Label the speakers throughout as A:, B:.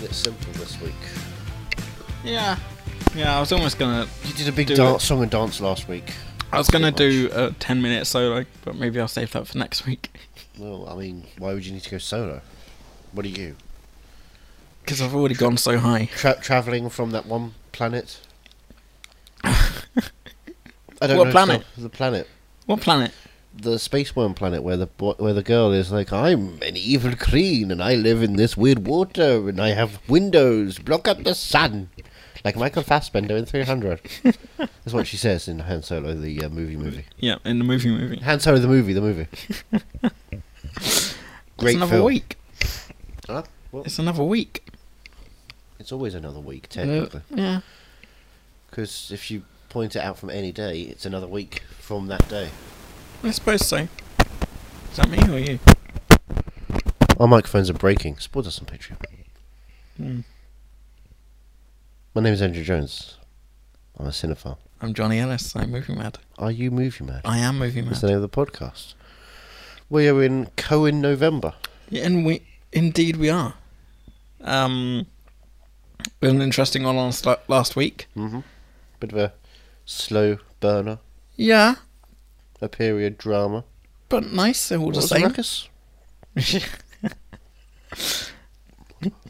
A: bit simple this week.
B: Yeah. Yeah, I was almost gonna.
A: You did a big
B: Do
A: dan-
B: it.
A: song and dance last week.
B: I was gonna
A: Pretty
B: do a ten-minute solo, but maybe I'll save that for next week
A: Well, I mean, why would you need to go solo? What are you?
B: because I've already gone so high.
A: Tra- traveling from that one planet? I
B: What
A: it's
B: planet?
A: not- The planet.
B: What planet?
A: The space worm planet where the bo- where the girl is like, I'm an evil queen and I live in this weird water and I have windows, block out the sun. Like Michael Fassbender in 300. That's what she says in Han Solo, the uh, movie movie.
B: Yeah, in the movie movie.
A: Han Solo, the movie, the movie. Great
B: it's another
A: film.
B: week.
A: Huh? Well,
B: It's another week.
A: it's always another week,
B: Uh,
A: technically.
B: yeah.
A: Because if you point it out from any day, it's another week from that day.
B: Hmm. I suppose so. Is that me or you?
A: Our microphones are breaking. Support us on Patreon.
B: Hmm.
A: My name is Andrew Jones. I'm a cinephile.
B: I'm Johnny Ellis. I'm movie mad.
A: Are you movie mad?
B: I am movie
A: That's
B: mad.
A: the name of the podcast. We are in Cohen November.
B: Yeah, and we indeed we are. Um, we had an interesting one last last week.
A: Mm-hmm. Bit of a slow burner,
B: Yeah,
A: a period drama.
B: but nice all
A: What
B: the
A: was the
B: same.
A: ruckus?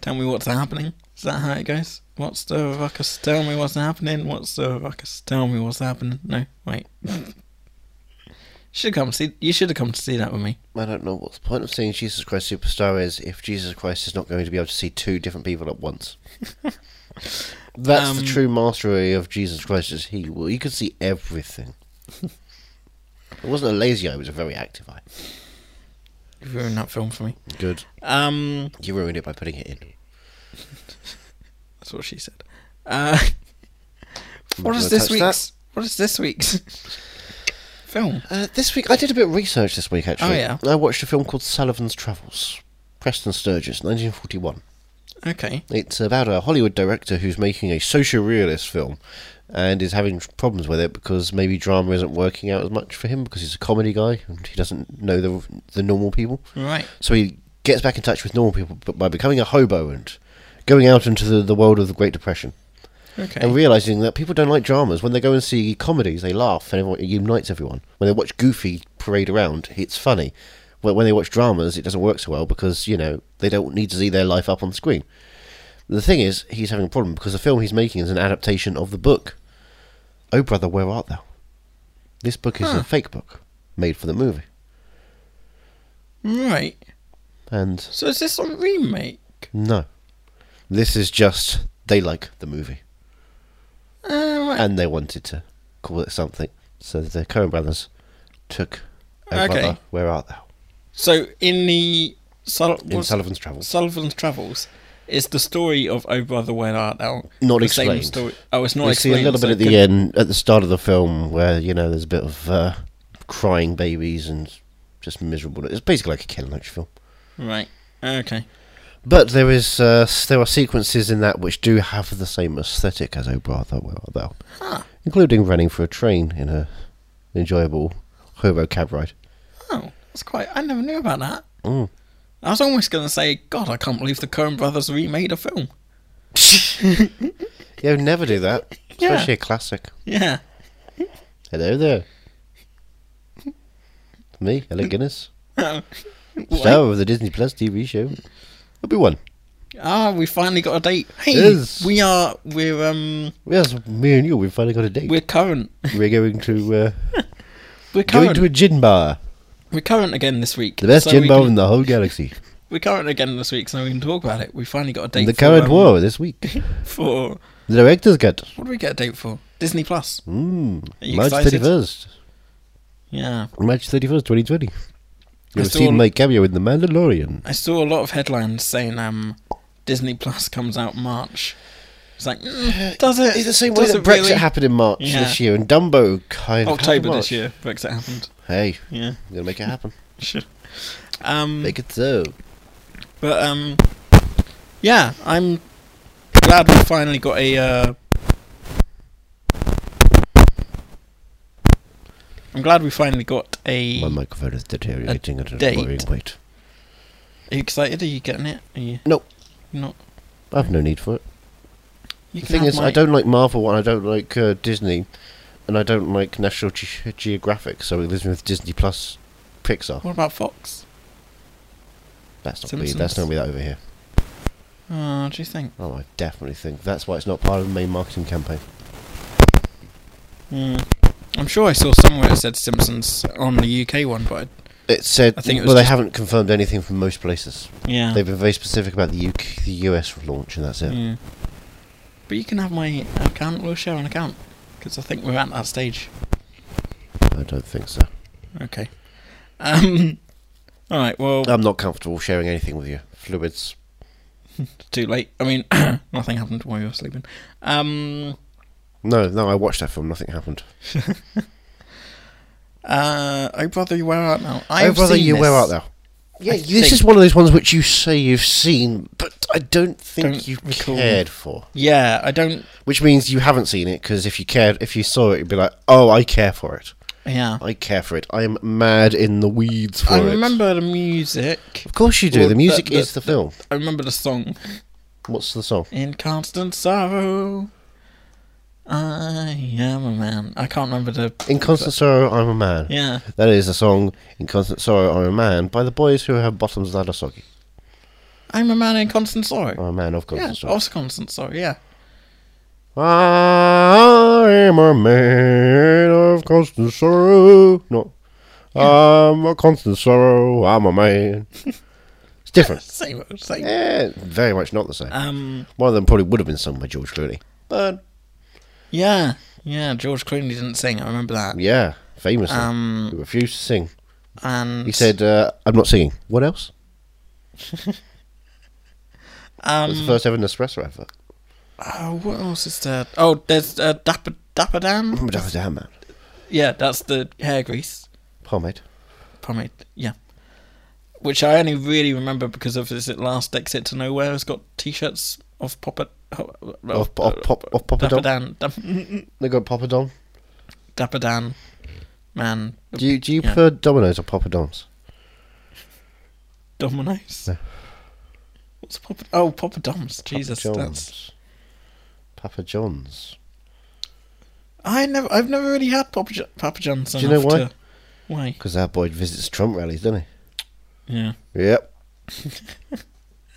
B: Tell me what's happening. Is that how it goes? What's the ruckus? Tell me what's happening. What's the ruckus? Tell me what's happening. No, wait. should come see. You should have come to see that with me.
A: I don't know what the point of seeing Jesus Christ Superstar is if Jesus Christ is not going to be able to see two different people at once. That's the
B: Um,
A: true mastery of Jesus Christ is he well, he could see everything. it wasn't a lazy eye, it was a very active eye.
B: You ruined that film for me.
A: Good.
B: Um,
A: You ruined it by putting it in.
B: that's what she said. Uh,
A: I'm
B: what
A: not
B: is
A: gonna
B: this
A: touch that.
B: week's? What is this week's film?
A: Uh, this week I did a bit of research this week actually.
B: Oh, yeah.
A: I watched a film called Sullivan's Travels. Preston Sturges, nineteen forty one.
B: Okay.
A: It's about a Hollywood director who's making a social realist film and is having tr- problems with it because maybe drama isn't working out as much for him because he's a comedy guy and he doesn't know the the normal people.
B: Right.
A: So he gets back in touch with normal people but by becoming a hobo and going out into the, the world of the Great Depression
B: Okay.
A: and realizing that people don't like dramas. When they go and see comedies, they laugh and everyone, it unites everyone. When they watch Goofy parade around, it's funny. But when they watch dramas, it doesn't work so well because you know they don't need to see their life up on screen. The thing is, he's having a problem because the film he's making is an adaptation of the book. Oh brother, where art thou? This book is
B: Huh.
A: a fake book made for the movie,
B: Right.
A: and
B: So is this a remake?
A: no, this is just they like the movie.
B: Uh, right.
A: and they wanted to call it something. So the Coen brothers took a
B: Okay.
A: brother, Where Art Thou?
B: so in the Sul-
A: in
B: what's-
A: Sullivan's Travels.
B: Sullivan's Travels, it's the story of Oh Brother Where Art Thou?
A: Not
B: the
A: explained.
B: story. Oh, it's not
A: We see
B: explained.
A: a little
B: so
A: bit at
B: it
A: the end, at the start of the film, where you know there's a bit of uh, crying babies and just miserable. It's basically like a Ken Loach film.
B: could- Right. Okay.
A: But there is uh, s- there are sequences in that which do have the same aesthetic as Oh Brother, Where Art Thou,
B: Huh.
A: including running for a train in a enjoyable hobo cab ride.
B: Oh, that's quite. I never knew about that.
A: Mm.
B: I was almost going to say, God, I can't believe the Coen Brothers remade a film.
A: You would never do that,
B: Yeah.
A: especially a classic.
B: Yeah.
A: Hello there. Me, Alec Guinness,
B: Wait.
A: star of the Disney Plus TV show Obi Wan.
B: Ah, we finally got a date. Hey,
A: Yes.
B: we are. We're um.
A: Yes, me and you, we've finally got a date.
B: We're current.
A: We're going to uh,
B: We're
A: going
B: current.
A: to a gin bar,
B: We're current again this week.
A: the best
B: so
A: gin
B: we
A: bar
B: can-
A: in the whole galaxy.
B: We're current again this week, so we can talk about it. We finally got a date.
A: the
B: for,
A: current
B: um,
A: war this week.
B: for
A: The director's cut.
B: what do we get a date for? Disney Plus.
A: Mm,
B: Are you
A: March
B: excited?
A: thirty first.
B: Yeah,
A: March thirty first, twenty twenty. You've
B: saw
A: seen
B: on-
A: my cameo in The Mandalorian.
B: I saw a lot of headlines saying um, Disney Plus comes out March. It's like mm, does it?
A: It's the same way
B: Does
A: that
B: it
A: Brexit
B: really?
A: happened in March
B: Yeah.
A: this year, and Dumbo kind of happened
B: October
A: in
B: this
A: March.
B: year. Brexit happened.
A: Hey,
B: Yeah.
A: I'm gonna make it happen.
B: Sure. Um,
A: make it so.
B: but um, yeah, I'm glad we finally got a. Uh, I'm glad we finally got a.
A: My
B: Are
A: microphone is deteriorating at a
B: date.
A: worrying rate.
B: you excited? Are you getting it? Are you?
A: No.
B: Not.
A: I've no need for it.
B: You
A: The
B: can
A: thing
B: have
A: is,
B: my-
A: I don't like Marvel and I don't like uh, Disney, and I don't like National Ge- Geographic. So it lives with Disney Plus, Pixar.
B: What about Fox?
A: That's not me. That's
B: Simpsons?
A: not me. That over here.
B: Uh, what do you think?
A: Oh, I definitely think that's why it's not part of the main marketing campaign.
B: Hmm. I'm sure I saw somewhere it said Simpsons on the UK one, but
A: It said.
B: I think it was
A: well, they
B: just-
A: haven't confirmed anything from most places.
B: I, yeah.
A: They've been very specific about the UK, the US launch, and that's it.
B: Yeah. But you can have my account. We'll share an account because I think we're at that stage. Hmm.
A: I don't think so.
B: Okay. Um. All right. Well,
A: I'm not comfortable sharing anything with you. Fluids.
B: too late. I mean, nothing happened while you were sleeping. Um.
A: No, no. I watched that film. Nothing happened.
B: Uh. Oh brother, you wear out now. I've
A: I'd rather
B: seen
A: Oh you
B: this.
A: wear out though. Yeah,
B: I
A: this
B: think-
A: is one of those ones which you say you've seen, but I don't think
B: Don't
A: you
B: recall.
A: cared for.
B: Yeah, I don't.
A: Which means you haven't seen it because if you cared, if you saw it, you'd be like, "Oh, I care for it.
B: Yeah.
A: I care for it. I am mad in the weeds for
B: I
A: it."
B: remember the music.
A: Of course you do.
B: Well,
A: the music
B: the-
A: is the film.
B: I remember the song.
A: What's the song?
B: In constant sorrow, I am a man. I can't remember the.
A: In constant sorrow, I'm a man.
B: Yeah.
A: That is a song. In constant sorrow, I'm a man by the boys who have bottoms that are soggy.
B: I'm a man in constant sorrow.
A: I'm a man of Oh, constant
B: yeah,
A: sorrow.
B: also constant sorrow. Yeah.
A: I am a man of constant sorrow. No. I'm a constant sorrow. I'm a man. It's different.
B: Same, same.
A: yeah, very much not the same.
B: Um.
A: One of them probably would have been sung by George Clooney. But,
B: Yeah. Yeah. George Clooney didn't sing. I remember that.
A: yeah, famously.
B: Um.
A: he refused to sing.
B: And
A: He said, uh, I'm not singing. What else? It was the
B: Um.
A: first ever Nespresso advert.
B: Oh, what else is there? Oh, there's uh, Dapper Dapper Dan.
A: I'm a damn man.
B: Yeah, that's the hair grease
A: Pomade.
B: pomade. Yeah. Which I only really remember because of is it Last Exit to Nowhere has got T-shirts of Popper.
A: Of,
B: uh,
A: of, pop, of Papa Don.
B: Dapper Dan. Dap-
A: They got Papa Don.
B: Uh, Dapper Dan. Man.
A: Do you, do you
B: Yeah.
A: prefer Domino's or Papa Don's?
B: Dominoes.
A: No.
B: What's Papa? Oh, Papa Dom's. Jesus,
A: Papa
B: that's.
A: John's. Papa John's.
B: I never. I've never really had Papa, Jo- Papa John's.
A: Do you know
B: enough
A: why?
B: to- why?
A: Because that boy visits Trump rallies, doesn't
B: Yeah.
A: he? Yep.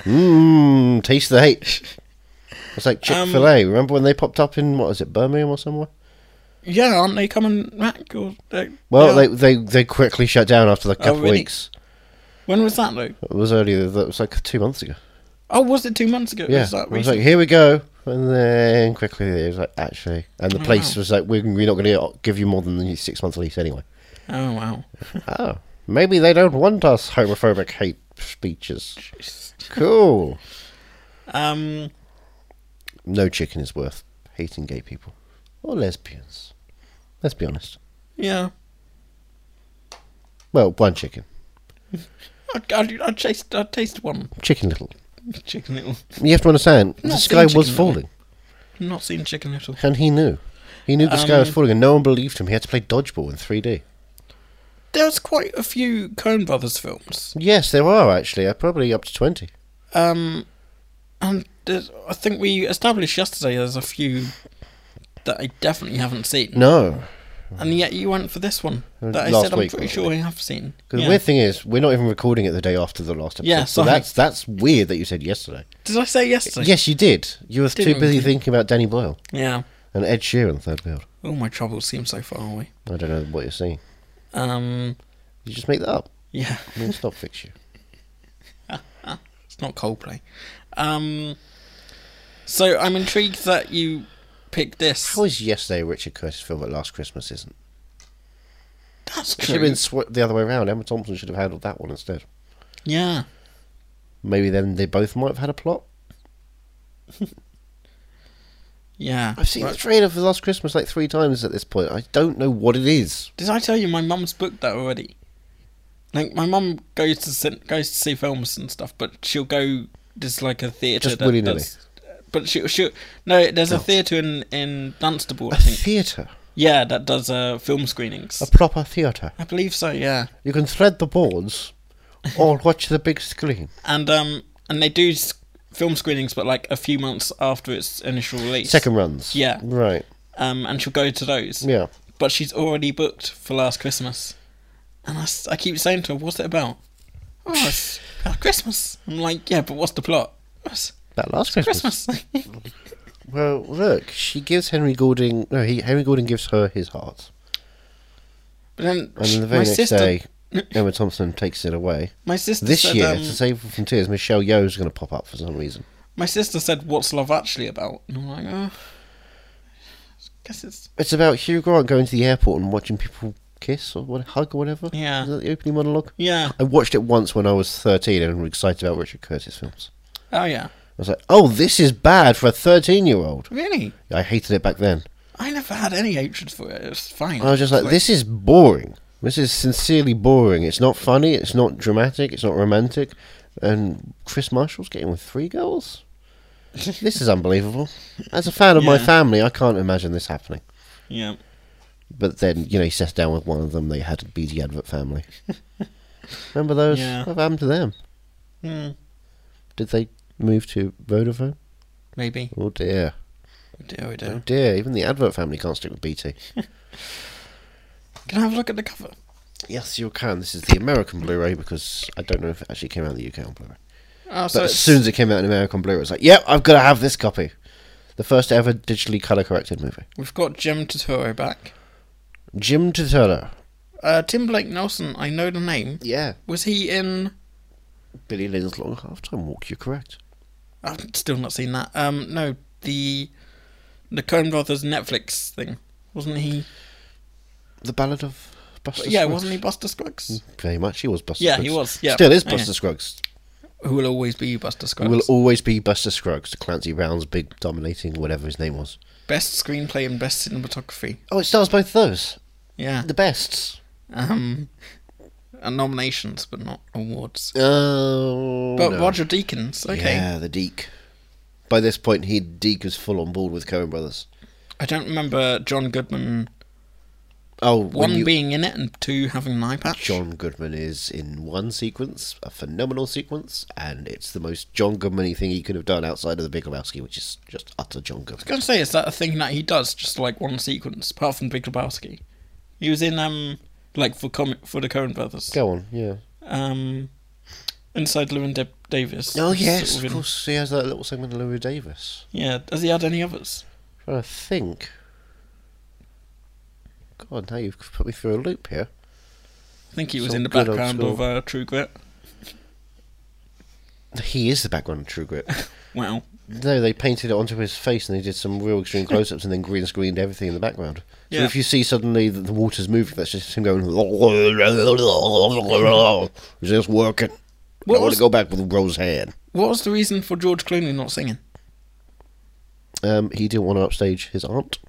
A: Mmm, taste the hate. It's like Chick Fil
B: Um,
A: A. Remember when they popped up in what is it, Birmingham or somewhere?
B: Yeah, aren't they coming back? Or uh,
A: Well,
B: yeah.
A: they they they quickly shut down after like a
B: Oh,
A: couple of
B: really?
A: weeks.
B: when was that though?
A: It was earlier. That was like two months ago.
B: Oh, was it two months ago?
A: yeah,
B: Was that
A: it was
B: recent?
A: like here we go, and then quickly it was like actually, and the
B: Oh,
A: place
B: wow.
A: was like we're, we're not going to give you more than the six month lease anyway.
B: oh wow.
A: Oh, maybe they don't want us homophobic hate speeches. Cool.
B: Um,
A: no chicken is worth hating gay people or lesbians. Let's be honest.
B: yeah.
A: Well, one chicken,
B: I, I, I chased. I tasted one
A: Chicken Little.
B: chicken little.
A: You have to understand, the
B: Not
A: sky
B: seen
A: was
B: Chicken Little.
A: falling,
B: Not seen chicken little.
A: and he knew. He knew the sky was
B: Um,
A: falling, and no one believed him. He had to play dodgeball in 3D.
B: There's quite a few Coen Brothers films.
A: Yes, there are actually. Uh, probably up to twenty.
B: Um, and there's, I think we established yesterday there's a few that I definitely haven't seen.
A: No,
B: And yet you went for this one
A: Uh,
B: that I
A: last
B: said I'm
A: week,
B: pretty
A: wasn't
B: sure I have seen.
A: Because
B: Yeah.
A: the weird thing is, we're not even recording it the day after the last episode.
B: Yeah,
A: so
B: sorry.
A: that's that's weird that you said yesterday.
B: Did I say yesterday?
A: yes, you did. You were too
B: Didn't
A: busy
B: we?
A: thinking about Danny Boyle
B: Yeah.
A: and Ed Sheeran, third wheel.
B: All my troubles seem so far away.
A: I don't know what you're seeing.
B: Um,
A: You just make that up.
B: yeah,
A: I mean, it's not fix you.
B: it's not Coldplay. Um, so I'm intrigued that you picked this.
A: How is yesterday a Richard Curtis film but Last Christmas isn't?
B: That's
A: It should
B: true.
A: have been sw- the other way around. Emma Thompson should have handled that one instead.
B: Yeah.
A: Maybe then they both might have had a plot.
B: Yeah.
A: I've seen
B: Right.
A: the trailer for Last Christmas like three times at this point. I don't know what it is.
B: Did I tell you my mum's booked that already? Like my mum goes to cin- goes to see films and stuff, but she'll go. There's like a theatre.
A: Just
B: that
A: willy-nilly.
B: does- But she she no. There's a
A: Oh.
B: theatre in in Dunstable,
A: A
B: I think.
A: theatre.
B: yeah, that does uh, film screenings.
A: A proper theatre.
B: I believe so. Yeah.
A: You can thread the boards or watch the big screen.
B: and um and they do s- film screenings, but like a few months after its initial release.
A: Second runs.
B: Yeah.
A: Right.
B: Um, and she'll go to those.
A: Yeah.
B: But she's already booked for last Christmas. And I, s- I keep saying to her, what's it about? Oh, it's about Christmas. I'm like, yeah, but what's the plot? "Oh, It's
A: That last Christmas.
B: Christmas.
A: Well, look, she gives Henry Goulding. No, he, Henry Goulding gives her his heart,
B: but then,
A: and then the very
B: my
A: next
B: sister,
A: day, Emma Thompson takes it away.
B: my sister
A: This
B: said,
A: year,
B: um,
A: to save her from tears, Michelle Yeoh's going to pop up for some reason.
B: my sister said, what's love actually about? And I'm like, oh, I guess it's,
A: It's about Hugh Grant going to the airport and watching people kiss or what, hug or whatever.
B: Yeah.
A: Is that the opening monologue?
B: yeah.
A: I watched it once when I was 13 and was excited about Richard Curtis films.
B: Oh, yeah.
A: I was like, oh, this is bad for a 13 year old.
B: Really?
A: I hated it back then.
B: I never had any hatred for it. It was fine.
A: I was just like, this is boring. This is sincerely boring. It's not funny. It's not dramatic. It's not romantic. And Chris Marshall's getting with three girls? this is unbelievable. As a fan of my
B: Yeah.
A: family, I can't imagine this happening.
B: Yeah.
A: But then, you know, he sat down with one of them. They had a BD advert family. Remember those?
B: Yeah.
A: What happened to them?
B: Hmm.
A: Did they move to Vodafone?
B: Maybe.
A: Oh dear.
B: We do, we
A: Oh
B: do.
A: dear. Even the advert family can't stick with BT.
B: Can I have a look at the cover?
A: Yes, you can. This is the American Blu ray because I don't know if it actually came out in the UK on Blu ray.
B: Oh, so
A: But as
B: it's-
A: soon as it came out in American Blu-ray, it was like, "Yep, I've got to have this copy." The first ever digitally color corrected movie.
B: we've got Jim Turturro back.
A: Jim Turturro.
B: Uh, Tim Blake Nelson, I know the name.
A: Yeah,
B: Was he in?
A: Billy Lynn's Long Halftime Walk. You're correct.
B: I've still not seen that. Um, no, the the Coen Brothers Netflix thing. Wasn't he?
A: The Ballad of Buster.
B: yeah,
A: Scruggs.
B: wasn't he Buster Scruggs?
A: Very much. He was Buster.
B: Yeah,
A: Scruggs.
B: he was, yeah.
A: Still is
B: Yeah.
A: Buster Scruggs.
B: Who will always be Buster Scruggs?
A: He will always be Buster Scruggs. Clancy Brown's big dominating whatever his name was.
B: Best screenplay and best cinematography.
A: Oh, it stars both those.
B: Yeah.
A: The bests.
B: Um, and nominations, but not awards.
A: Oh.
B: But
A: no.
B: Roger Deakins, okay.
A: Yeah, the Deke. By this point, he Deke was full on board with Coen Brothers.
B: I don't remember John Goodman
A: Oh, when
B: one
A: you,
B: being in it and two having an eye patch.
A: John Goodman is in one sequence, a phenomenal sequence, and it's the most John Goodman thing he could have done outside of the Big Lebowski, which is just utter John
B: I
A: Goodman.
B: was gonna say, is that a thing that he does? Just like one sequence, apart from Big Lebowski. He was in um, like for comic for the Coen Brothers.
A: Go on, yeah.
B: Um, inside Llewyn da- Davis.
A: Oh
B: Sort
A: yes,
B: of
A: of
B: in-
A: course. He has that little segment of Louis Davis.
B: Yeah. Has he had any others?
A: i trying to think. God, now you've put me through a loop here.
B: I think he was
A: Some
B: in the
A: good old
B: background
A: school.
B: of uh, True Grit.
A: He is the background of True Grit.
B: Wow.
A: no, they painted it onto his face, and they did some real extreme close-ups, and then green screened everything in the background. So
B: Yeah.
A: if you see suddenly that the water's moving, that's just him going. Is this working?
B: What
A: I want
B: was-
A: to go back with Rose hand.
B: What was the reason for George Clooney not singing?
A: Um, he didn't want to upstage his aunt,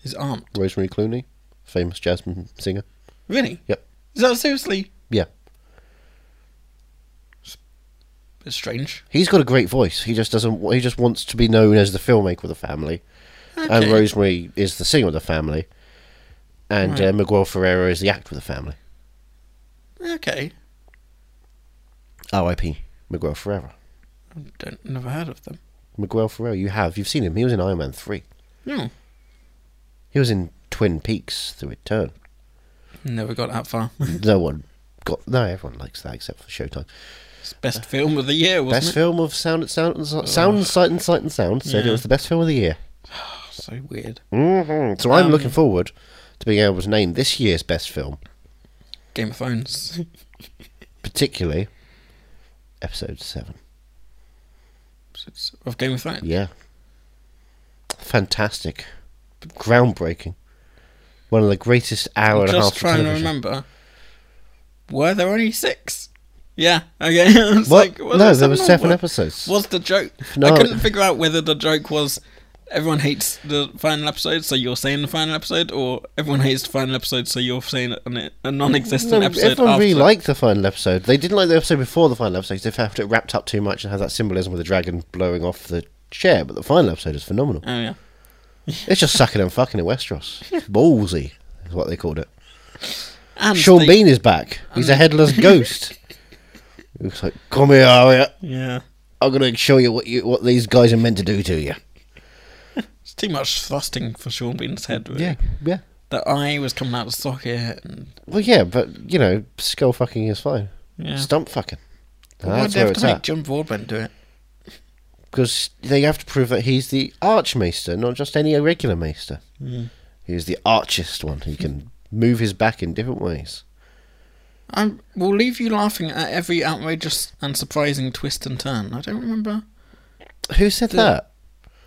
B: His aunt.
A: Rosemary Clooney, famous Jasmine singer.
B: Really?
A: Yep.
B: Is that seriously?
A: Yeah,
B: It's strange.
A: he's got a great voice. He just doesn't. He just wants to be known as the filmmaker of the family, and
B: Okay.
A: Rosemary is the singer of the family, and
B: Right.
A: uh, Miguel Ferreira is the actor of the family.
B: Okay.
A: R.I.P. Miguel Ferreira.
B: I don't never heard of them.
A: Miguel Ferrero. You have. You've seen him. He was in Iron Man 3.
B: No.
A: He was in Twin Peaks, The Return.
B: Never got that far.
A: no one got. No, everyone likes that except for Showtime.
B: It's best film of the year, wasn't
A: Uh, best
B: it?
A: film of Sound, sound, and Si- sound and Sight and Sight and Sound said it
B: Yeah.
A: was the best film of the year.
B: So weird.
A: hmm So I'm
B: Um,
A: looking forward to being able to name this year's best film,
B: Game of Thrones.
A: particularly episode 7.
B: of Game of Thrones.
A: Yeah. Fantastic. Groundbreaking. One of the greatest hour and
B: I'm
A: a half
B: just
A: of
B: trying to
A: television.
B: remember. Were there only six? Yeah. Okay. I was
A: What?
B: like, was
A: no, there were
B: or
A: seven
B: what?
A: episodes.
B: Was the joke?
A: No,
B: I couldn't
A: it-
B: figure out whether the joke was everyone hates the final episode, so you're saying the final episode, or everyone hates the final episode, so you're saying an, a non-existent
A: No,
B: episode.
A: everyone
B: after.
A: really liked the final episode. They didn't like the episode before the final episode. 'cause They found it wrapped up too much and had that symbolism with the dragon blowing off the chair. But the final episode is phenomenal.
B: Oh yeah.
A: it's just sucking and fucking in Westeros. Ballsy is what they called it.
B: And
A: Sean
B: the-
A: Bean is back. He's a headless ghost. He was like, "Come here, Arya."
B: Yeah.
A: I'm gonna show you what you what these guys are meant to do to you.
B: It's too much thrusting for Sean Bean's head, really.
A: yeah.
B: The eye was coming out of the socket. And,
A: Well, yeah, but you know, skull fucking is fine.
B: yeah.
A: Stump fucking.
B: But why'd
A: That's
B: they
A: where
B: have to
A: it's
B: make
A: at.
B: John Broadbent do it?
A: Because they have to prove that he's the Archmaester, not just any regular Maester. He's the archest one. He can move his back in different ways.
B: I will leave you laughing at every outrageous and surprising twist and turn. I don't remember.
A: Who said
B: The-
A: that?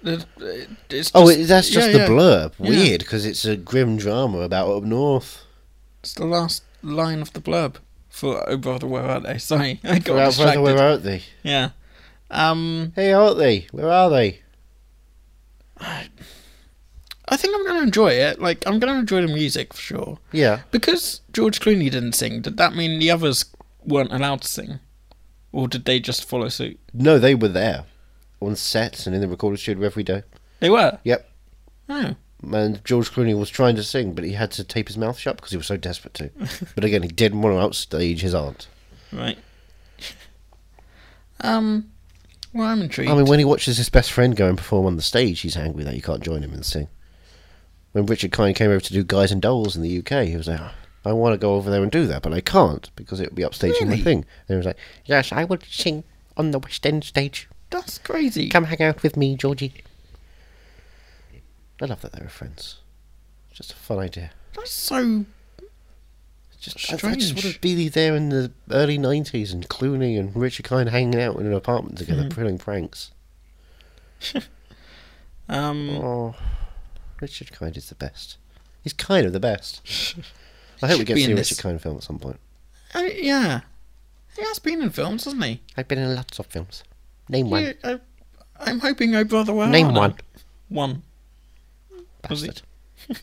B: The- it- It's
A: Oh,
B: just-
A: it, that's just
B: yeah,
A: the
B: yeah.
A: blurb.
B: Yeah.
A: Weird, because it's a grim drama about up north.
B: It's the last line of the blurb for Oh Brother Where Are They? Sorry, I got
A: Where,
B: distracted.
A: brother, where aren't they?
B: Yeah. Um,
A: Hey, aren't they? Where are they?
B: I think I'm going to enjoy it. Like, I'm going to enjoy the music for sure.
A: Yeah.
B: Because George Clooney didn't sing, did that mean the others weren't allowed to sing? Or did they just follow suit?
A: No, they were there. On sets and in the recording studio every day.
B: They were?
A: Yep.
B: Oh.
A: And George Clooney was trying to sing, but he had to tape his mouth shut because he was so desperate to. but again, he didn't want to outstage his aunt.
B: Right. um. Well, I'm intrigued.
A: I mean, when he watches his best friend go and perform on the stage, he's angry that you can't join him and sing. When Richard Kind came over to do Guys and Dolls in the UK, he was like, "Ah, I want to go over there and do that, but I can't because it would be upstaging my
B: Really?
A: thing. And he was like, Yes, I will sing on the West End stage.
B: That's crazy.
A: Come hang out with me, Georgie. I love that they were friends. It's just a fun idea.
B: That's so.
A: Just I- I just
B: Strange.
A: want to be there in the early '90s and Clooney and Richard Kind hanging out in an apartment together,
B: Mm-hmm.
A: pulling pranks.
B: Um.
A: Oh, Richard Kind is the best. He's kind of the best. I hope we
B: Should
A: get
B: be
A: to see a
B: in
A: Richard
B: this.
A: Kind film at some point.
B: I, yeah. He has been in films, hasn't he?
A: I've been in lots of films. Name
B: Yeah,
A: one.
B: I, I'm hoping Oh Brother Where
A: Name
B: Art Thou-
A: one.
B: One. Was
A: Bastard.
B: it?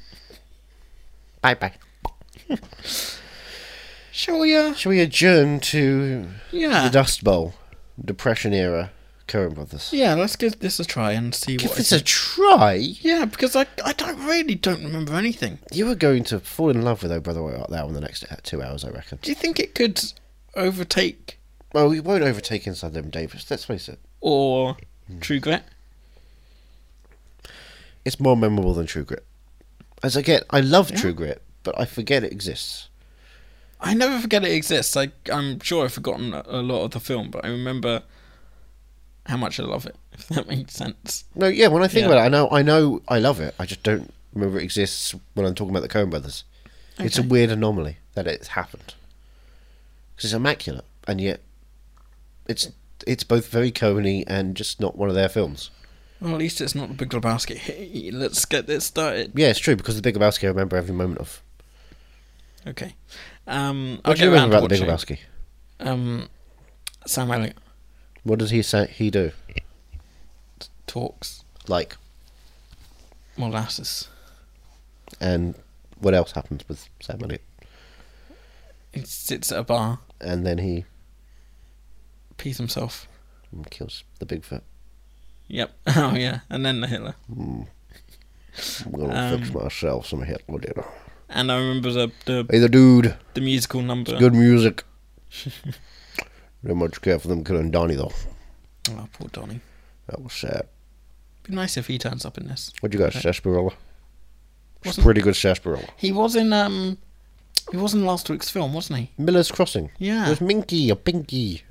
A: Bye bye.
B: Shall we, uh.
A: Shall we adjourn to the
B: Yeah.
A: Dust Bowl, Depression era, Coen Brothers?
B: Yeah, let's give this a try and see
A: Give
B: what.
A: this
B: it-
A: a try.
B: yeah, because I, I don't, really don't remember anything.
A: You are going to fall in love with Oh Brother Where Art Thou in the next uh, two hours, I reckon.
B: Do you think it could overtake
A: Well, we won't overtake Inside Llewyn Davis. Let's face it.
B: or
A: Hmm.
B: True Grit?
A: It's more memorable than True Grit. As I get, I love True Grit, but I forget it exists.
B: I never forget it exists. I, I'm sure I've forgotten a a lot of the film, but I remember how much I love it. If that makes sense.
A: No, yeah. When I think
B: Yeah.
A: about it, I know, I know, I love it. I just don't remember it exists when I'm talking about the Coen Brothers. It's a
B: Okay.
A: weird anomaly that it's happened because it's immaculate, and yet it's it's both very Coeny and just not one of their films.
B: Well, at least it's not the Big Lebowski. Hey, let's get this started.
A: Yeah, it's true because the Big Lebowski I remember every moment of.
B: Okay. Um, I'll
A: What do
B: get
A: you
B: around
A: remember
B: to
A: about the Big
B: watching.
A: Lebowski?
B: Um, Sam Elliott
A: What does he say? He do
B: talks
A: like
B: molasses.
A: and what else happens with Sam Elliott?
B: He sits at a bar,
A: And then he
B: pees himself.
A: kills the Bigfoot.
B: Yep. Oh yeah. And then the Hitler.
A: I'm gonna
B: Um,
A: fix myself some Hitler dinner.
B: And I remember the the,
A: Hey, the dude.
B: the musical number.
A: Good music. Not much care for them killing Donnie though.
B: Oh, poor Donnie.
A: That was sad.
B: Be nice if he turns up in this.
A: What you got, sarsaparilla? It's
B: Wasn't-
A: pretty good sarsaparilla.
B: He was in um, he was in last week's film, wasn't he?
A: Miller's Crossing.
B: Yeah.
A: There's Minky, a Pinky.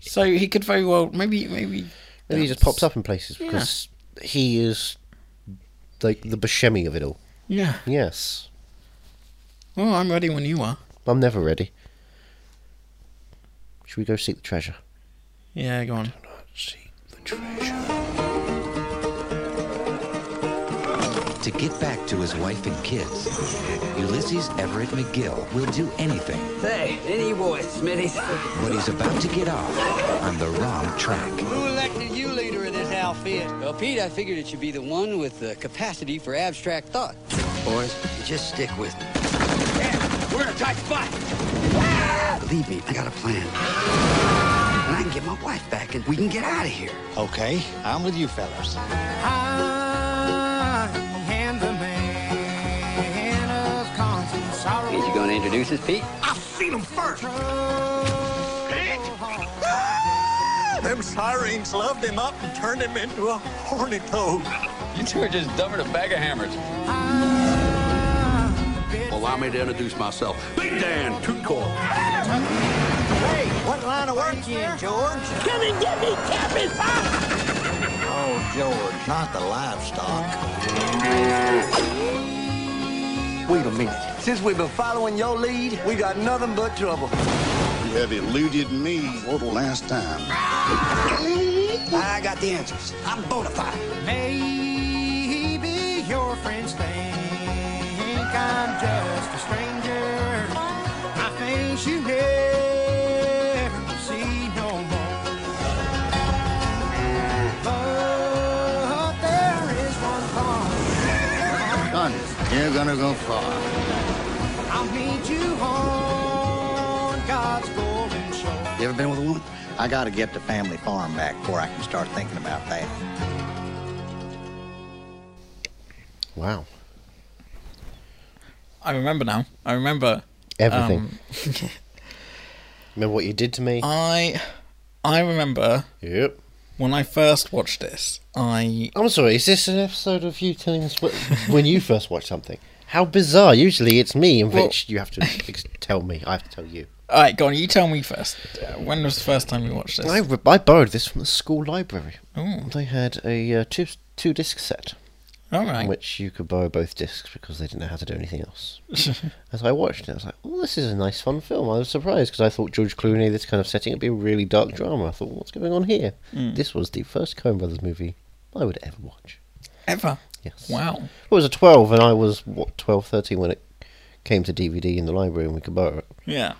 B: So he could very well maybe maybe.
A: And he just pops up in places because he is like the Buscemi of it all.
B: Yeah.
A: Yes.
B: Well, I'm ready when you are.
A: I'm never ready. Should we go seek the treasure?
B: Yeah, go on.
A: Seek the treasure.
C: To get back to his wife and kids, Ulysses Everett McGill will do anything,
D: Hey, any boy, Smitty.
C: but he's about to get off on the wrong track.
D: Who elected you leader of this outfit? Well, Pete, I figured it should be the one with the capacity for abstract thought.
C: Boys, just stick with me.
D: We're in a tight spot.
C: Believe me, I got a plan. And I can get my wife back and we can get out of here.
E: Okay, I'm with you fellas.
F: I am the man of constant sorrow.
D: Is you gonna introduce us, Pete?
E: I've seen them first.
G: Them sirens loved him up and turned him into a horny toad.
H: You two are just dumbing a bag of hammers.
I: Allow me to introduce myself. Big Dan Tootle.
F: Hey, what line of work you in, George?
I: Come and get me, Captain!
E: Oh, George, not the livestock.
F: Wait a minute. Since we've been following your lead, we got nothing but trouble.
I: You have eluded me for the last time.
D: I got the answers. I'm bona fide.
F: Maybe your friends think I'm just a stranger. I face you never see no more. But there is one part.
E: Son, you're gonna go far.
F: I'll meet you on God's golden shore.
E: You ever been with a woman? I gotta get the family farm back before I can start thinking about that.
A: Wow.
B: I remember now. I remember.
A: Everything.
B: Um,
A: Remember what you did to me?
B: I I remember
A: yep.
B: when I first watched this. I
A: I'm sorry, is this an episode of you telling us what, when you first watched something? How bizarre. Usually it's me in
B: Well-
A: which you have to ex- tell me. I have to tell you.
B: all right, go on. You tell me first. Uh, When was the first time you watched this?
A: I, re- I borrowed this from the school library.
B: Ooh,
A: They had a uh, two two disc set,
B: all
A: in
B: right.
A: which you could borrow both discs because they didn't know how to do anything else. As I watched it, I was like, "Oh, this is a nice, fun film." I was surprised because I thought George Clooney, this kind of setting, it'd be a really dark drama. I thought, "What's going on here?"
B: Hmm.
A: This was the first Coen Brothers movie I would ever watch.
B: Ever.
A: Yes.
B: Wow.
A: I was a 12, and I was what 12, 13 when it came to DVD in the library and we could borrow it.
B: Yeah.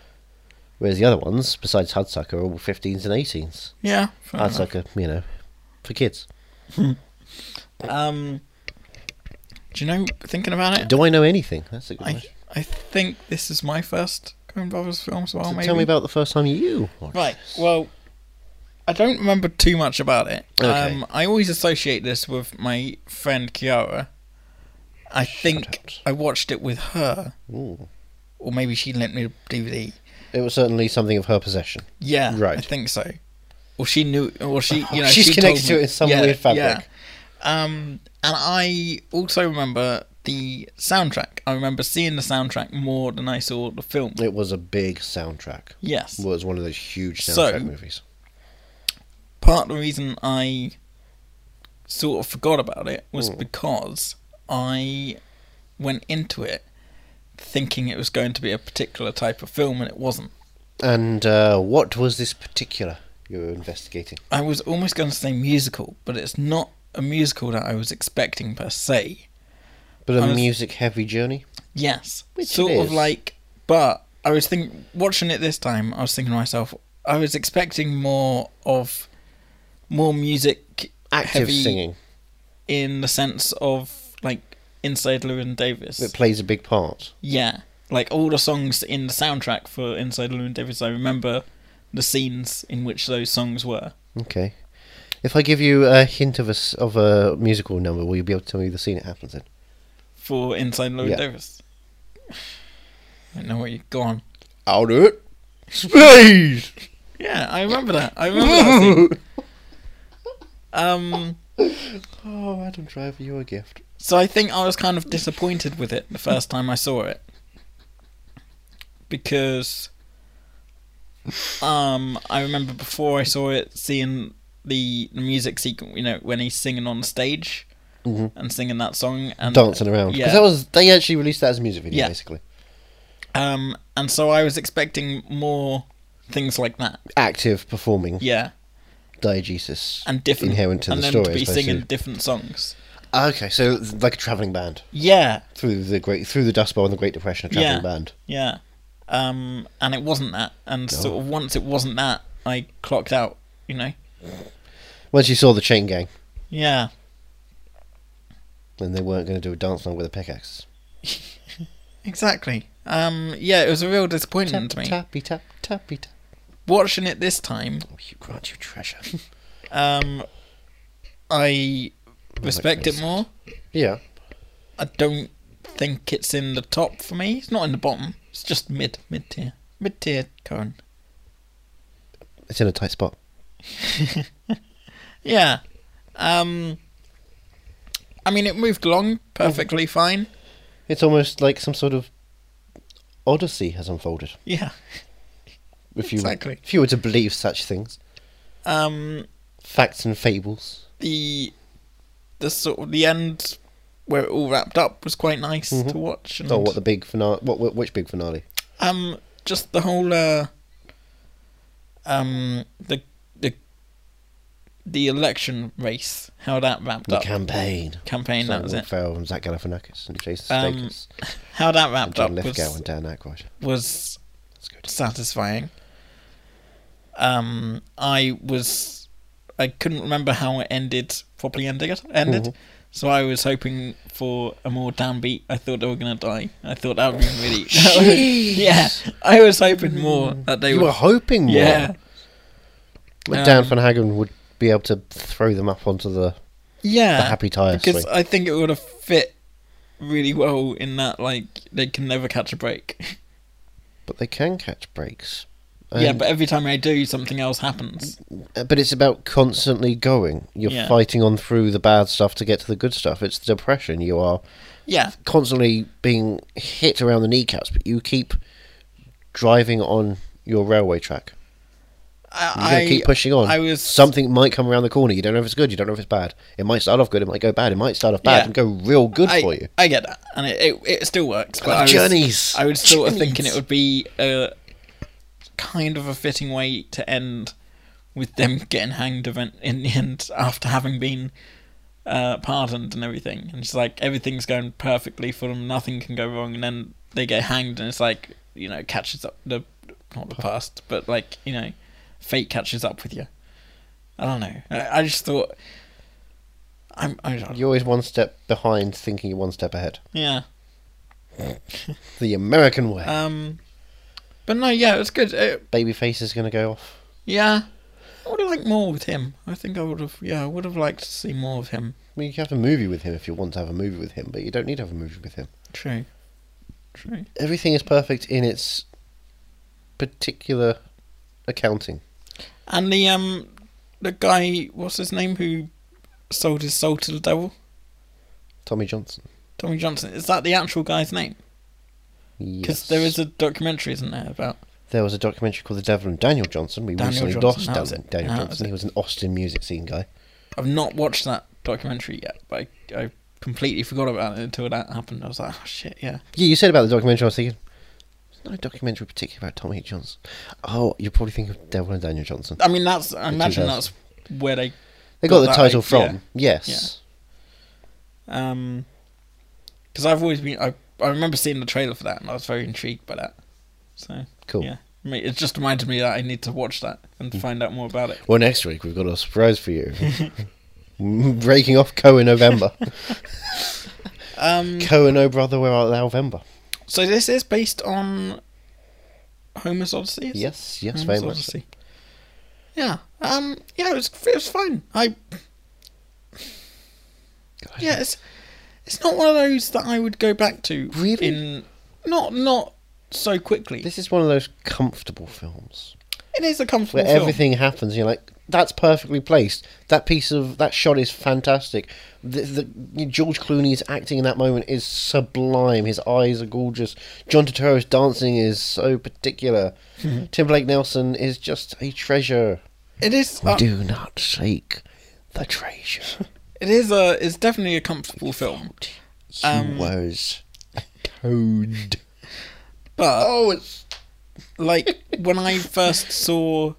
A: Whereas the other ones, besides Hudsucker, are all 15s and 18s.
B: Yeah. fair enough.
A: Hudsucker, you know, for kids.
B: Um. Do you know? Thinking about it,
A: Do I know anything? That's a good
B: I
A: question.
B: I think this is my first Coen Brothers film as well.
A: So
B: maybe.
A: tell me about the first time you watched
B: Right.
A: this.
B: Well, I don't remember too much about it.
A: Okay.
B: Um, I always associate this with my friend Kiara. I think
A: out.
B: I watched it with her,
A: Ooh.
B: or maybe she lent me the DVD.
A: It was certainly something of her possession.
B: Yeah,
A: Right.
B: I think so. Or she knew, or she, you know,
A: She's
B: she
A: connected
B: told
A: to
B: me-
A: it in some weird fabric.
B: yeah. Um, and I also remember the soundtrack. I remember seeing the soundtrack more than I saw the film.
A: It was a big soundtrack.
B: Yes.
A: Well, it was one of those huge
B: So-
A: soundtrack movies.
B: part of the reason I sort of forgot about it was
A: Hmm.
B: because I went into it thinking it was going to be a particular type of film and it wasn't.
A: And uh, what was this particular you were investigating?
B: I was almost going to say musical, but it's not a musical that I was expecting per se.
A: But a
B: I was-
A: music-heavy journey.
B: Yes.
A: Which
B: sort
A: it
B: of
A: is.
B: like but I was thinking watching it this time I was thinking to myself I was expecting more of more music
A: Active
B: heavy
A: singing.
B: in the sense of like Inside Llewyn Davis.
A: It plays a big part.
B: Yeah, like all the songs in the soundtrack for Inside Llewyn Davis. I remember the scenes in which those songs were.
A: Okay. If I give you a hint of a s- of a musical number, will you be able to tell me the scene it happens in?
B: for Inside Llewyn
A: Yeah.
B: Davis. I know what you go on.
A: I'll do it. Space.
B: Yeah, I remember that. I remember that scene. Um,
A: Oh, Adam Driver, you're a gift.
B: so I think I was kind of disappointed with it the first time I saw it because um I remember before I saw it seeing the, the music sequence, you know, when he's singing on stage and singing that song and
A: Mm-hmm. Dancing around. Because
B: Yeah.
A: that was they actually released that as a music video,
B: Yeah.
A: basically.
B: um, and so I was expecting more things like that.
A: Active performing
B: Yeah.
A: diegesis
B: and different
A: inherent to
B: and
A: the
B: them
A: story.
B: to
A: I
B: be
A: suppose,
B: singing
A: too.
B: different songs.
A: Okay, so th- like a traveling band
B: Yeah,
A: through the great through the Dust Bowl and the Great Depression, a traveling
B: yeah,
A: band.
B: yeah. Um, and it wasn't that, and sort of once it wasn't that, I clocked out. You know,
A: Once you saw the Chain Gang,
B: yeah,
A: then they weren't going to do a dance number with a pickaxe.
B: exactly. Um, yeah, it was a real disappointment to me.
A: Tappy tap tappy tap.
B: Watching it this time,
A: Oh, you grant you treasure.
B: um, I respect it more.
A: yeah.
B: I don't think it's in the top for me. It's not in the bottom. It's just mid mid tier, mid tier Cohen.
A: It's in a tight spot.
B: Yeah. Um I mean it moved along perfectly fine.
A: It's almost like some sort of odyssey has unfolded.
B: Yeah.
A: If you
B: Exactly.
A: if you were to believe such things,
B: Um
A: facts and fables.
B: the the sort of the end where it all wrapped up was quite nice to watch and
A: Oh, what the big finale? What, what which big finale?
B: um just the whole uh um the the the election race how that wrapped
A: The
B: up
A: campaign.
B: campaign that was
A: Simon
B: it
A: Farrell and Zach Galifianakis and Jason
B: Um,
A: Sudeikis
B: how that
A: and
B: wrapped up
A: John Lithgow
B: was
A: and Dan Aykroyd.
B: was
A: That's good.
B: satisfying. Um, I was, I couldn't remember how it ended properly. Ended ended,
A: Mm-hmm.
B: so I was hoping for a more downbeat. I thought they were gonna die. I thought that would be really, that would- yeah. I was hoping more that they
A: You
B: would,
A: were hoping more.
B: yeah,
A: But Dan
B: Um,
A: Van Hagen would be able to throw them up onto the.
B: yeah,
A: The happy tire
B: because
A: swing.
B: I think it would have fit really well in that like they can never catch a break.
A: But they can catch breaks.
B: yeah,
A: And-
B: but every time they do, something else happens.
A: Uh, But it's about constantly going. You're
B: Yeah.
A: fighting on through the bad stuff to get to the good stuff. It's the depression. You are
B: Yeah,
A: constantly being hit around the kneecaps, but you keep driving on your railway track. You're
B: I,
A: going to keep pushing on.
B: I was
A: Something might come around the corner. You don't know if it's good. You don't know if it's bad. It might start off good. It might go bad. It might start off bad
B: Yeah.
A: and go real good
B: I,
A: for you.
B: I get that, and it, it, it still works. But
A: love
B: I was,
A: journeys.
B: I was sort of thinking
A: Journeys.
B: it would be a kind of a fitting way to end with them getting hanged event in the end after having been uh, pardoned and everything. And it's like everything's going perfectly for them, nothing can go wrong, and then they get hanged, and it's like you know catches up the not the past, but like you know fate catches up with you. I don't know. I, I just thought. I'm, I don't
A: You're always one step behind, thinking you're one step ahead.
B: yeah.
A: The American way.
B: Um, but no, yeah, it was good. It,
A: Babyface is going to go off.
B: yeah, I would have liked more with him. I think I would have. Yeah, I would have liked to see more of him.
A: I mean, you can have a movie with him if you want to have a movie with him, but you don't need to have a movie with him.
B: True. True.
A: Everything is perfect in its particular accounting.
B: And the um, the guy, what's his name, who sold his soul to the devil,
A: Tommy Johnson.
B: Tommy Johnson. Is that the actual guy's name? Because
A: Yes.
B: there is a documentary, isn't there, about?
A: There was a documentary called The Devil and Daniel Johnson. We
B: Daniel
A: recently lost
B: Johnson, that was
A: Dan-
B: it.
A: Daniel
B: That was
A: Johnson.
B: it.
A: He was an Austin music scene guy.
B: I've not watched that documentary yet, but I, I completely forgot about it until that happened. I was like, oh shit, yeah.
A: Yeah, you said about the documentary. I was thinking, there's no documentary particular about Tommy Johnson. Oh, you're probably thinking of Devil and Daniel Johnson.
B: I mean, that's. I
A: The
B: imagine
A: 2000s.
B: that's where they
A: They got, the
B: that
A: title
B: idea.
A: from. Yes.
B: Um, because I've always been, I I remember seeing the trailer for that, and I was very intrigued by that. So
A: Cool. Hmm.
B: Yeah, I mean, it just reminded me that I need to watch that and find out more about it.
A: Well, next week we've got a surprise for you. Breaking off Cohen November.
B: Um,
A: Cohen, oh brother, where art thou, November?
B: so this is based on Homer's Odyssey. is it?
A: Yes, yes,
B: Homer's
A: very much. so.
B: Odyssey. Yeah. Um. Yeah. It was. It was fine. I. Yeah. It's. It's not one of those that I would go back to.
A: Really?
B: In, not not so quickly.
A: This is one of those comfortable films
B: it is a comfortable
A: where
B: film.
A: everything happens. And you're like, that's perfectly placed. That piece of that shot is fantastic. The, the George Clooney's acting in that moment is sublime. His eyes are gorgeous. John Turturro's dancing is so particular. Tim Blake Nelson is just a treasure.
B: It is.
A: We
B: uh,
A: do not shake the treasure.
B: It is a. It's definitely a comfortable film,
A: He
B: Um,
A: was a toad.
B: but oh, it's like when I first saw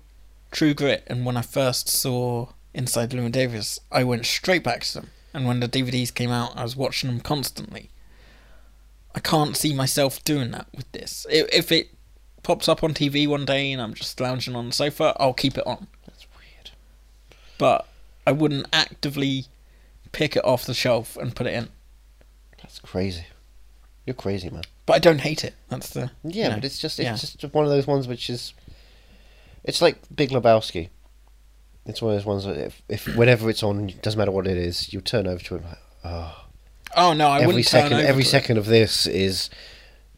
B: True Grit and when I first saw Inside Llewyn Davis, I went straight back to them. And when the DVDs came out, I was watching them constantly. I can't see myself doing that with this. If, if it pops up on TV one day and I'm just lounging on the sofa, I'll keep it on.
A: That's weird.
B: But I wouldn't actively pick it off the shelf and put it in.
A: That's crazy. You're crazy, man.
B: But I don't hate it. That's the
A: Yeah,
B: you know,
A: but it's just it's
B: yeah.
A: just one of those ones which is, it's like Big Lebowski. It's one of those ones that if, if whenever it's on, it doesn't matter what it is, you turn over to it. and Like, oh,
B: Oh no, I
A: every
B: wouldn't turn
A: second,
B: over
A: every
B: to it.
A: second of this is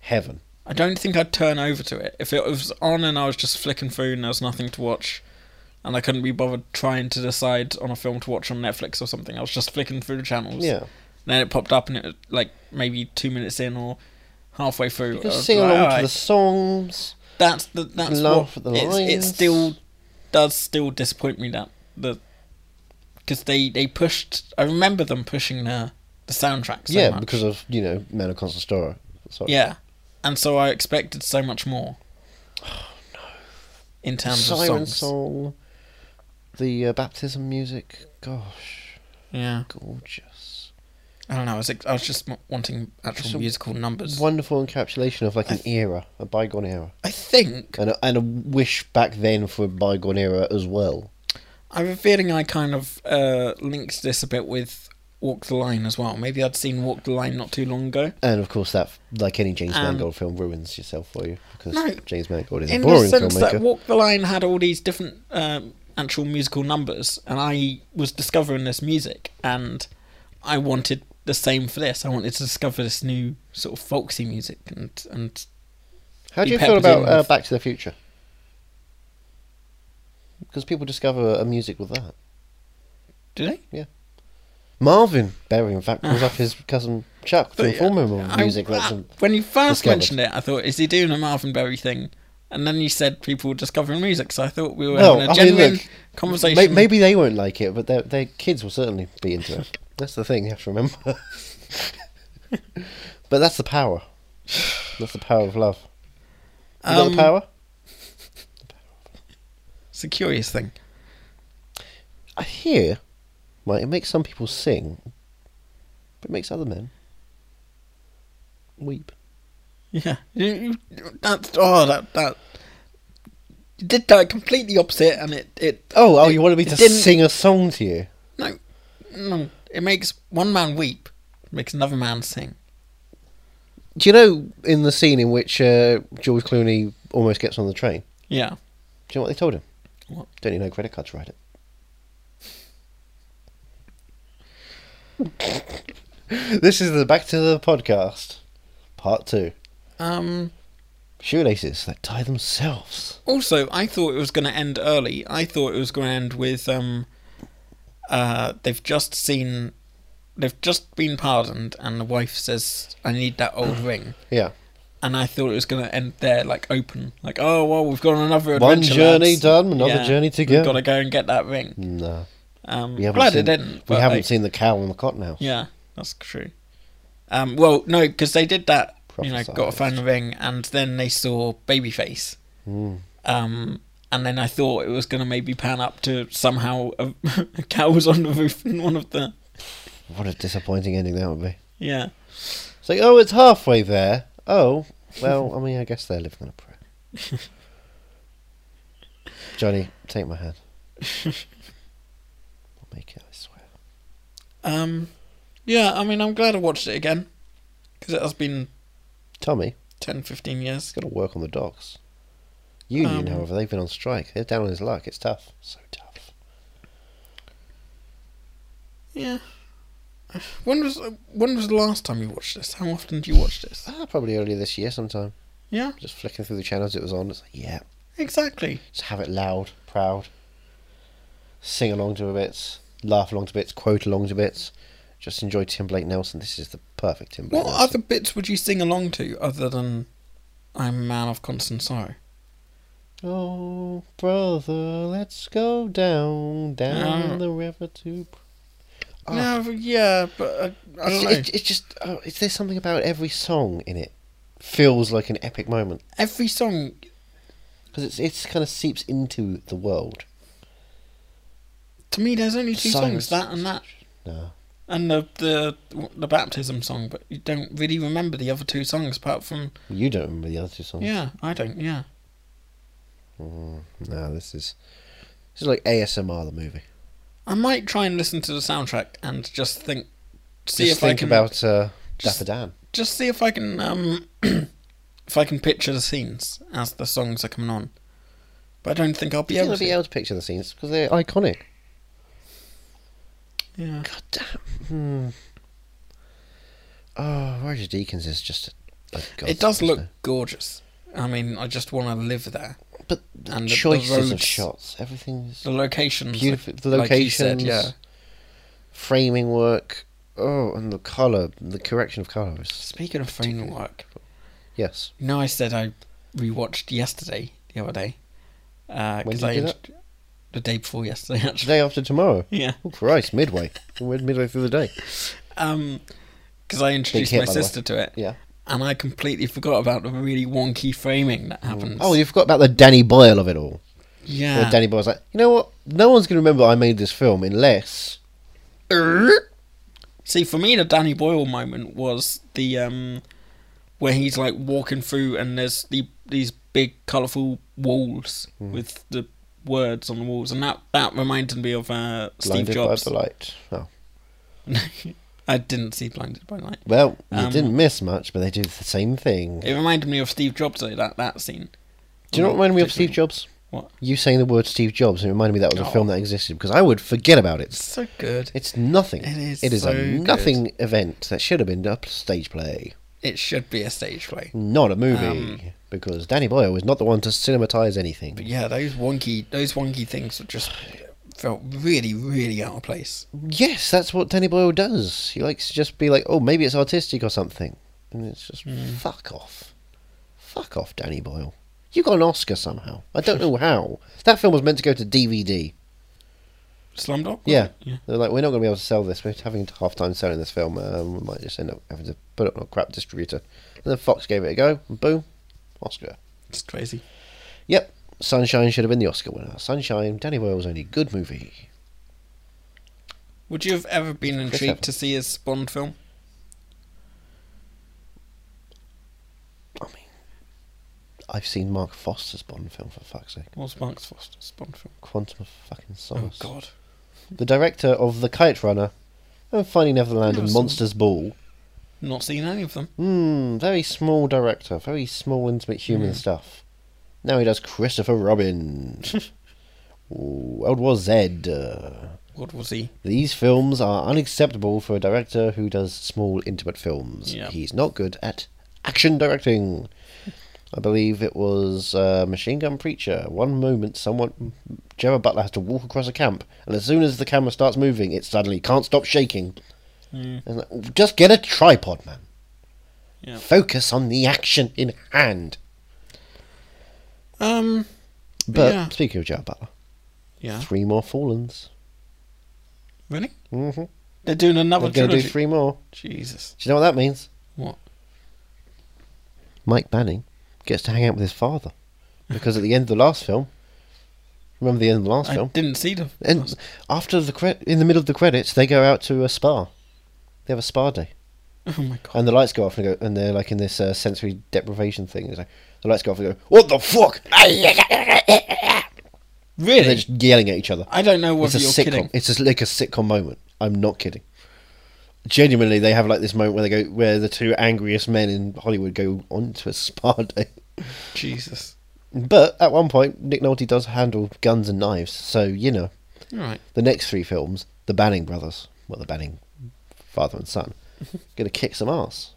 A: heaven.
B: I don't think I'd turn over to it if it was on and I was just flicking through and there was nothing to watch. and I couldn't be bothered trying to decide on a film to watch on Netflix or something. I was just flicking through the channels.
A: Yeah.
B: Then it popped up, and it was like maybe two minutes in or halfway through. Uh, I
A: Just
B: was
A: sing
B: like,
A: along to
B: "Alright."
A: the songs.
B: that's the that's
A: Love
B: what
A: the
B: it's- it
A: lines.
B: still does still disappoint me that the because they they pushed I remember them pushing the the soundtrack so
A: yeah,
B: much.
A: because of you know Man of Constant Sorrow. Sorry.
B: yeah and so I expected so much more in terms
A: Siren
B: of songs
A: song, the uh, baptism music. Gosh,
B: yeah
A: gorgeous!
B: I don't know I was ex- I was just m- wanting actual
A: Some
B: musical numbers
A: Wonderful encapsulation of like an era, a bygone era,
B: I think
A: and a, and a wish back then for a bygone era as well.
B: I have a feeling I kind of uh, linked this a bit with Walk the Line as well maybe I'd seen Walk the Line not too long ago
A: And of course, that like any James
B: Um,
A: Mangold film ruins yourself for you because
B: No.
A: James Mangold is a
B: in
A: boring
B: the sense
A: filmmaker.
B: that Walk the Line had all these different um, actual musical numbers, and I was discovering this music, and I wanted the same for this. I wanted to discover this new sort of folksy music, and and
A: How do
B: be
A: you feel
B: peppered
A: about
B: in
A: uh,
B: with-
A: Back to the Future? Because people discover a music with that.
B: did I?
A: Marvin Berry, in fact, pulls up his cousin Chuck to
B: But,
A: inform him
B: I-
A: of music. that's
B: I-
A: in-
B: when you first
A: discovered.
B: mentioned it, I thought, is he doing a Marvin Berry thing? And then you said people were discovering music, so I thought we were
A: Well,
B: having a
A: I mean,
B: genuine
A: look,
B: conversation.
A: May- Maybe they won't like it, but their their kids will certainly be into it. That's the thing you have to remember. but that's the power. That's the power of love. You got
B: Um,
A: the power?
B: it's a curious thing.
A: I hear, right, it makes some people sing, but it makes other men weep.
B: Yeah, You- you- that's oh that that you did that completely opposite, and it it
A: Oh, oh, you wanted me
B: it
A: to
B: didn't-
A: sing a song to you?
B: no no it makes one man weep, makes another man sing.
A: Do you know in the scene in which uh, George Clooney almost gets on the train?
B: Yeah,
A: Do you know what they told him?
B: What?
A: Don't you know credit cards write it? this is the back to the podcast, part two.
B: um.
A: Shoelaces that tie themselves.
B: Also, I thought it was going to end early. I thought it was going to end with um. Uh, they've just seen, they've just been pardoned, and the wife says, "I need that old ring."
A: Yeah.
B: And I thought it was going to end there, like open, like oh well, we've got another adventure.
A: One journey
B: lads."
A: done, another
B: Yeah,
A: journey to
B: We've
A: go.
B: got to go and get that ring.
A: No,
B: Um,
A: we haven't
B: glad
A: seen.
B: it didn't.
A: we
B: but,
A: haven't
B: like,
A: seen the cow and the cotton house.
B: Yeah, that's true. Um, well, no, because they did that. You know,
A: Prophesized.
B: got a fan ring, and then they saw Babyface. Um, and then I thought it was going to maybe pan up to somehow a, a cow was on the roof in one of the
A: What a disappointing ending that would be.
B: yeah.
A: It's like, oh, it's halfway there. Oh, well, I mean, I guess they're living on a prayer. Johnny, take my hand. I'll make it, I swear.
B: Um, yeah, I mean, I'm glad I watched it again because it has been
A: Tommy,
B: 10, 15 years.
A: got to work on the docks. Union,
B: Um,
A: however, they've been on strike. They're down on his luck. It's tough. So tough.
B: Yeah. When was when was the last time you watched this? How often do you watch this?
A: Ah, probably earlier this year sometime.
B: Yeah,
A: Just flicking through the channels it was on. It's like, yeah,
B: exactly.
A: just have it loud, proud. Sing along to bits, laugh along to bits, quote along to bits. Just enjoy Tim Blake Nelson. This is the perfect Tim Blake
B: What
A: Nelson.
B: other bits would you sing along to other than I'm a man of constant sorrow?
A: Oh, brother, let's go down, down
B: No.
A: the river to. Oh.
B: No, but yeah, but uh, I don't
A: It's,
B: know.
A: it's, it's just, oh, is there something about every song in it feels like an epic moment?
B: Every song,
A: Because it's it's kind of seeps into the world.
B: to me, there's only two
A: Songs.
B: songs that and that,
A: No,
B: and the the the baptism song. But you don't really remember the other two songs apart from
A: you don't remember the other two songs.
B: yeah, I don't. Yeah,
A: No, this is this is like ASMR the movie.
B: I might try and listen to the soundtrack and just think, see
A: Just
B: if
A: think
B: I can
A: about uh,
B: just-
A: Dapper Dan.
B: just see if I can um if I can picture the scenes as the songs are coming on. But I don't think I'll be
A: You're
B: able
A: gonna
B: to.
A: be able to picture the scenes because they're iconic.
B: yeah.
A: God damn. Hmm. Oh, Roger Deakins is just a. a
B: it
A: godsend,
B: does
A: isn't
B: look
A: he?
B: gorgeous. I mean, I just want to live there.
A: but the
B: And the- the
A: choices of
B: roads.
A: shots, everything is
B: The locations.
A: beautiful. The
B: like you
A: locations,
B: said, yeah.
A: framing work. Oh, and the color, the correction of color is
B: Speaking of framing work,
A: yes.
B: you know I said I rewatched yesterday the other day. Uh,
A: When
B: 'cause
A: did you
B: I
A: do
B: int- The day before yesterday, actually.
A: Day after tomorrow.
B: Yeah.
A: Oh Christ, midway. We're midway through the day.
B: Um, because I introduced
A: hit,
B: my
A: by the way.
B: sister to it.
A: Yeah.
B: And I completely forgot about the really wonky framing that happens.
A: Oh, you forgot about the Danny Boyle of it all.
B: yeah.
A: Where Danny Boyle's like, you know what? No one's going to remember I made this film unless
B: See, for me, the Danny Boyle moment was the um, where he's like walking through, and there's the these big colourful walls
A: Hmm.
B: with the words on the walls, and that that reminded me of uh, Steve
A: blinded
B: Jobs.
A: by the light. Oh.
B: I didn't see Blinded by Light.
A: Well, you
B: Um,
A: didn't miss much, but they do the same thing.
B: It reminded me of Steve Jobs though. That that scene.
A: do you know what reminded me of Steve Jobs?
B: What?
A: You saying the word Steve Jobs and it reminded me that was a
B: Oh.
A: film that existed because I would forget about it.
B: So good.
A: It's nothing.
B: It is
A: It is
B: so
A: a
B: good.
A: nothing event that should have been a stage play,
B: It should be a stage play.
A: not a movie,
B: Um,
A: because Danny Boyle was not the one to cinematize anything.
B: But yeah, those wonky those wonky things were just felt really really out of place.
A: Yes, that's what Danny Boyle does. He likes to just be like, oh, maybe it's artistic or something. And it's just,
B: Hmm.
A: fuck off. Fuck off, Danny Boyle. You got an Oscar somehow. I don't know how. That film was meant to go to DVD.
B: Slumdog. was
A: Yeah.
B: it? Yeah.
A: They're like, we're not going to be able to sell this. We're having a tough time selling this film. Um, we might just end up having to put it on a crap distributor. And then Fox gave it a go, and boom, Oscar.
B: It's crazy.
A: Yep, Sunshine should have been the Oscar winner. Sunshine, Danny Boyle's only good movie.
B: Would you have ever been intrigued
A: Evans.
B: to see his Bond film?
A: I mean, I've seen Mark Foster's Bond film, for fuck's sake.
B: What's Mark Foster's Bond film?
A: Quantum of fucking
B: Oh
A: Solace.
B: God!
A: The director of The Kite Runner and Finding Neverland
B: Never
A: and
B: saw
A: Monsters Ball.
B: Not seen any of them.
A: Hmm, very small director, very small, intimate human stuff. Now he does Christopher Robin. Ooh, World War Z. Uh,
B: What was he?
A: these films are unacceptable for a director who does small, intimate films.
B: Yeah.
A: He's not good at action directing. I believe it was uh, Machine Gun Preacher. One moment, someone, Gerard Butler has to walk across a camp, and as soon as the camera starts moving, it suddenly can't stop shaking. And like, just get a tripod, man.
B: Yeah.
A: Focus on the action in hand.
B: Um.
A: But
B: Yeah.
A: speaking of Gerard Butler,
B: Yeah.
A: three more Fallens.
B: Really?
A: Mm-hmm.
B: They're doing another
A: We're going to do
B: trilogy.
A: three more.
B: Jesus.
A: Do you know what that means?
B: What?
A: Mike Banning gets to hang out with his father. Because at the end of the last film, remember the end of the last
B: I
A: film?
B: didn't see them.
A: And after the cre- in the middle of the credits, they go out to a spa. They have a spa day,
B: oh my God!
A: and the lights go off and they go, and they're like in this uh, sensory deprivation thing. It's like, the lights go off and go, "What the fuck?" And
B: Really?
A: they're just yelling at each other.
B: I don't know
A: It's
B: whether
A: a
B: you're
A: sitcom.
B: kidding.
A: It's just like a sitcom moment. I'm not kidding. Genuinely, they have like this moment where they go, where the two angriest men in Hollywood go onto a spa day.
B: Jesus.
A: But at one point, Nick Nolte does handle guns and knives, so you know
B: All right.
A: the next three films, the Banning brothers, well, the Banning father and son, gonna kick some ass.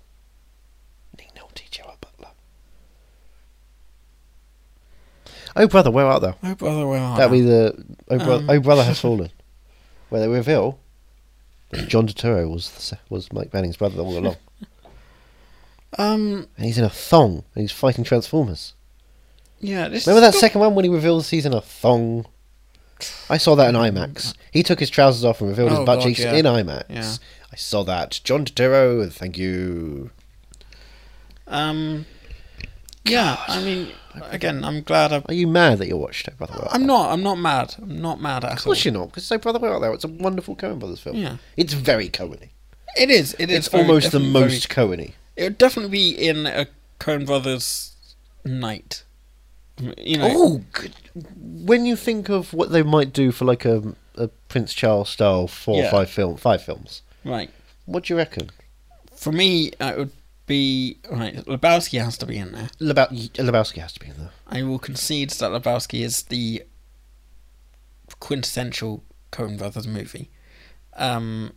A: Nick Nolte, Gerard Butler. Oh brother, where art thou?
B: Oh Um. brother, where are
A: That'd
B: we?
A: be the oh, bro- oh brother has fallen, where they reveal that John Turturro was the, se- was Mike Banning's brother all along,
B: Um.
A: and he's in a thong and he's fighting Transformers.
B: Yeah. This.
A: Remember that
B: has
A: second one when he reveals he's in a thong? I saw that in IMAX. He took his trousers off and revealed
B: Mm. Oh,
A: his butt
B: God,
A: cheeks
B: yeah.
A: in IMAX.
B: Yeah.
A: I saw that. John Turturro, thank you.
B: got- Um. Yeah. I mean, again, I'm glad I.
A: Are you mad that you watched it, Brother We're Out
B: I'm
A: There?
B: not. I'm not mad. I'm not mad at
A: Of course you're not, because so Brother We're Out There. It's a wonderful Coen Brothers film.
B: Yeah.
A: It's very Coen-y.
B: It is. It is.
A: It's,
B: very-
A: almost the
B: definitely very-
A: most Coen-y.
B: It would definitely be in a Coen Brothers night. You know.
A: Oh, good. When you think of what they might do for like a, a Prince Charles style four or
B: Yeah.
A: five film, five films,
B: Right.
A: what do you reckon?
B: For me, it would be right. Lebowski has to be in there.
A: Lebow- Lebowski has to be in there.
B: I will concede that Lebowski is the quintessential Coen Brothers movie. Um,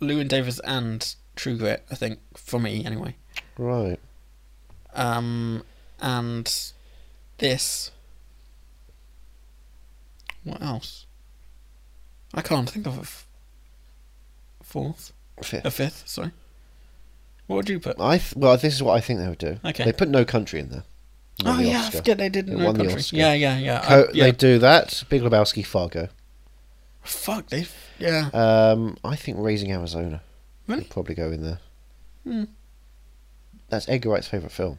B: Lewin Davis and True Grit, I think, for me anyway.
A: Right.
B: Um, and this What else? I can't think of a f- fourth. A
A: Fifth.
B: fifth, sorry. What would you put?
A: I th- well, this is what I think they would do.
B: Okay.
A: They put no country in there. Won
B: oh,
A: the
B: yeah, I
A: Oscar.
B: forget they didn't
A: It
B: know
A: won the
B: country.
A: Oscar.
B: Yeah, yeah, yeah. I-
A: Co-
B: Uh, yeah.
A: They do that. Big Lebowski, Fargo.
B: Fuck, they. Yeah.
A: Um, I think Raising Arizona
B: Really?
A: would probably go in there.
B: Hmm.
A: That's Edgar Wright's favourite film.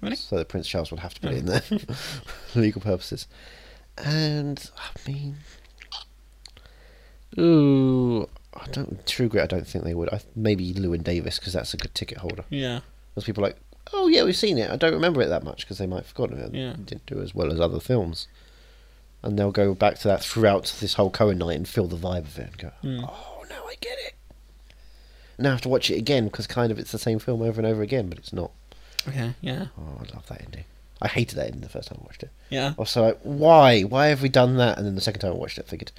B: Really? Oh.
A: So that Prince Charles would have to put it in there for legal purposes. And, I mean. Ooh. I don't. True Grit, I don't think they would. I, maybe Lewin Davis, because that's a good ticket holder.
B: Yeah.
A: Because people are like, oh, yeah, we've seen it. I don't remember it that much, because they might have forgotten it.
B: Yeah.
A: It didn't do as well as other films. And they'll go back to that throughout this whole Cohen night and feel the vibe of it and go,
B: Hmm.
A: oh, now I get it. And I have to watch it again because kind of it's the same film over and over again, but it's not.
B: Okay, yeah.
A: Oh, I love that ending. I hated that ending the first time I watched it.
B: Yeah.
A: I was so like, why? Why have we done that? And then the second time I watched it, I figured,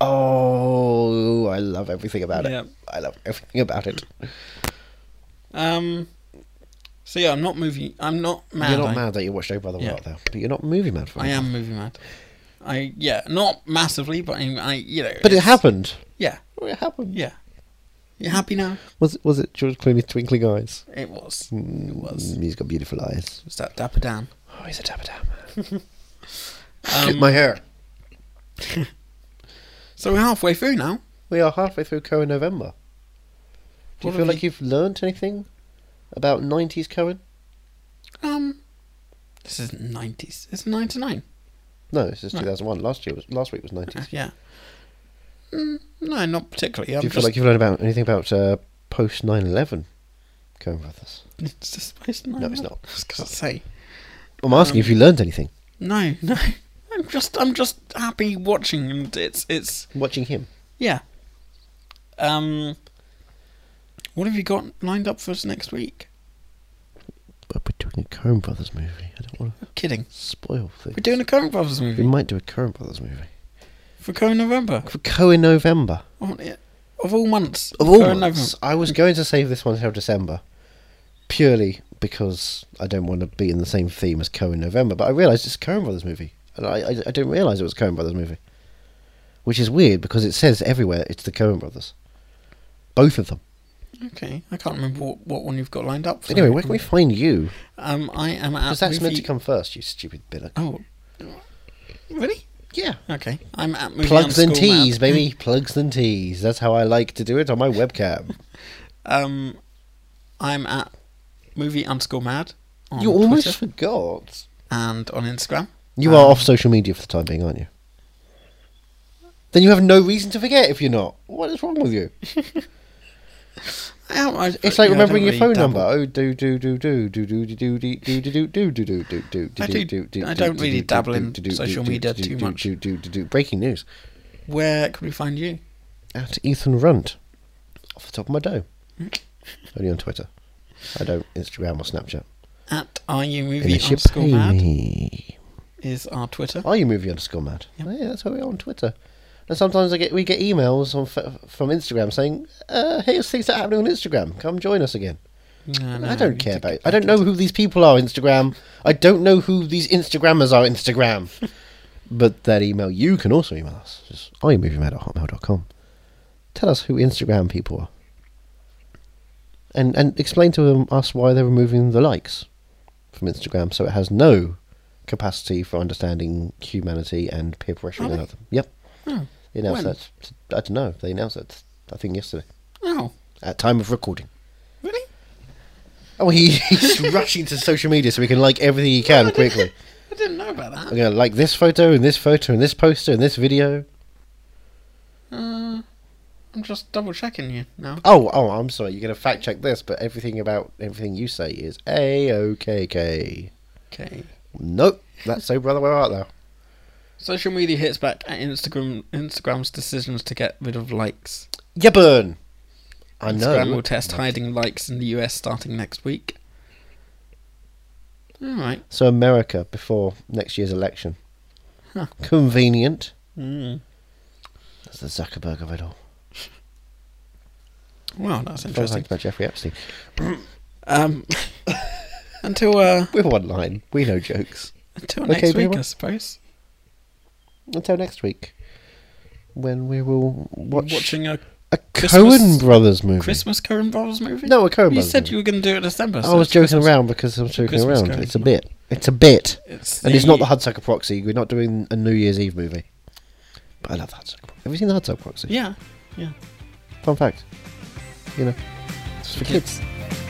A: oh, I love everything about it.
B: Yep.
A: I love everything about it.
B: Um. So yeah, I'm not movie. I'm not mad.
A: you're not
B: I,
A: mad that you watched Oh Brother
B: Yeah.
A: What Art Thou, but you're not movie mad for
B: I
A: it.
B: am movie mad. I yeah, not massively, but I, I you know.
A: But it
B: it's-
A: happened.
B: Yeah,
A: Oh, It happened.
B: yeah. You happy now?
A: Was was it George Clooney's twinkling eyes?
B: It was. It was.
A: Mm, He's got beautiful eyes.
B: Was that Dapper Dan?
A: Oh, he's a dapper dapper. My hair.
B: So we're halfway through now.
A: We are halfway through Cohen November. Do you
B: What
A: feel
B: have
A: like you've learnt anything about 90s Cohen?
B: Um. This is nineties. It's ninety nine.
A: No, Uh, this is 2001. Last year was last week was 90s.
B: Yeah. Mm, no, not particularly. I'm
A: Do you feel
B: just,
A: like you've learned about anything about uh, post 9/11 Cohen brothers?
B: it's just supposed to
A: No, it's not.
B: I was gonna say.
A: I'm asking if you learned anything
B: No, no. I'm just, I'm just happy watching, and it's, it's.
A: watching him.
B: Yeah. Um. What have you got lined up for us next week?
A: But we're doing a Cohen brothers movie. I don't want to
B: Kidding.
A: spoil things.
B: We're doing a Coen Brothers
A: We
B: movie
A: might do a Cohen brothers movie
B: for Coen November.
A: for Cohen November.
B: Oh, yeah. Of all months.
A: Of all
B: Coen
A: months,
B: November. Mm.
A: I was going to save this one till December, purely because I don't want to be in the same theme as Cohen November. But I realised it's a Cohen Brothers movie, and I, I, I didn't realise it was a Cohen Brothers movie, which is weird because it says everywhere it's the Cohen Brothers, both of them.
B: Okay. I can't remember what, what one you've got lined up. so-
A: Anyway, where can we find you?
B: Um, I am at.
A: Because that's meant to
B: movie-
A: come first, you stupid billet.
B: Oh. Really?
A: Yeah.
B: Okay. I'm at movie
A: Plugs and
B: underscore mad.
A: teas, baby. Plugs and teas. That's how I like to do it on my webcam.
B: Um, I'm at movie underscore mad. On
A: you almost
B: Twitter
A: forgot.
B: and on Instagram.
A: You
B: Um,
A: are off social media for the time being, aren't you? Then you have no reason to forget if you're not. What is wrong with you?
B: I am, I,
A: It's like
B: you know, I don't
A: remembering your
B: really
A: phone
B: dabble.
A: number. Oh, do do do do do do do do do do do do do do do do do
B: I
A: do
B: do-
A: do do.
B: I don't really
A: do, do,
B: dabble
A: do,
B: in
A: do, do,
B: social
A: do,
B: media
A: do,
B: too
A: do,
B: much.
A: do, do, do, do. Breaking news
B: Where can we find you?
A: at Ethan Runt, off the top of my dome.
B: Hmm?
A: Only on Twitter. I don't Instagram or Snapchat.
B: At are you movie
A: Unless you
B: underscore
A: pay
B: mad
A: me.
B: is our Twitter.
A: Are you movie underscore mad? Yeah, that's how we are on Twitter. And sometimes I get we get emails on f- from Instagram saying, uh, "Here's things that are happening on Instagram. Come join us again."
B: No, no,
A: I
B: you
A: don't care about.
B: think-
A: It. I don't know who these people are. Instagram. I don't know who these Instagrammers are. Instagram. but that email you can also email us. Just are you movie mad at hotmail.com. Tell us who Instagram people are. And and explain to them, us why they're removing the likes from Instagram, so it has no capacity for understanding humanity and peer pressure and other. Yep.
B: Oh.
A: They announced
B: When?
A: that. I don't know. They announced that. I think yesterday
B: Oh,
A: at time of recording.
B: really?
A: Oh, he, he's rushing to social media so he can like everything he can quickly.
B: Oh, I didn't know about that.
A: I'm gonna like this photo and this photo and this poster and this video.
B: Uh, I'm just double checking you now.
A: Oh, oh, I'm sorry. You're gonna fact check this, but everything about everything you say is a okay. okay.
B: Okay.
A: Nope, that's so brother. Where art thou?
B: Social media hits back at Instagram. Instagram's decisions to get rid of likes.
A: You burn. I
B: Instagram
A: know.
B: will test hiding likes in the US starting next week. All right.
A: So America before next year's election. Convenient.
B: Mm.
A: That's the Zuckerberg of it all.
B: Well, that's
A: Don't think
B: interesting.
A: about Jeffrey Epstein.
B: Um, until uh,
A: We're one line. We know jokes.
B: until
A: Okay,
B: next week,
A: Bieber.
B: I suppose.
A: Until next week, when we will watch
B: Watching a
A: a
B: Christmas-
A: Cohen Brothers movie.
B: Christmas Coen Brothers movie?
A: No, a Coen
B: You
A: Brothers
B: said
A: movie.
B: you were going to do it in December.
A: I
B: so
A: was
B: it's
A: joking
B: Christmas.
A: around because I'm joking
B: Christmas
A: around.
B: Coen.
A: It's a bit. It's a bit.
B: It's
A: and it's not the
B: the-
A: Hudsucker Proxy. We're not doing a New Year's Eve movie. But I love the Hudsucker Proxy. Have you seen the Hudsucker Proxy?
B: Yeah, yeah.
A: Fun fact. You know, it's for kids.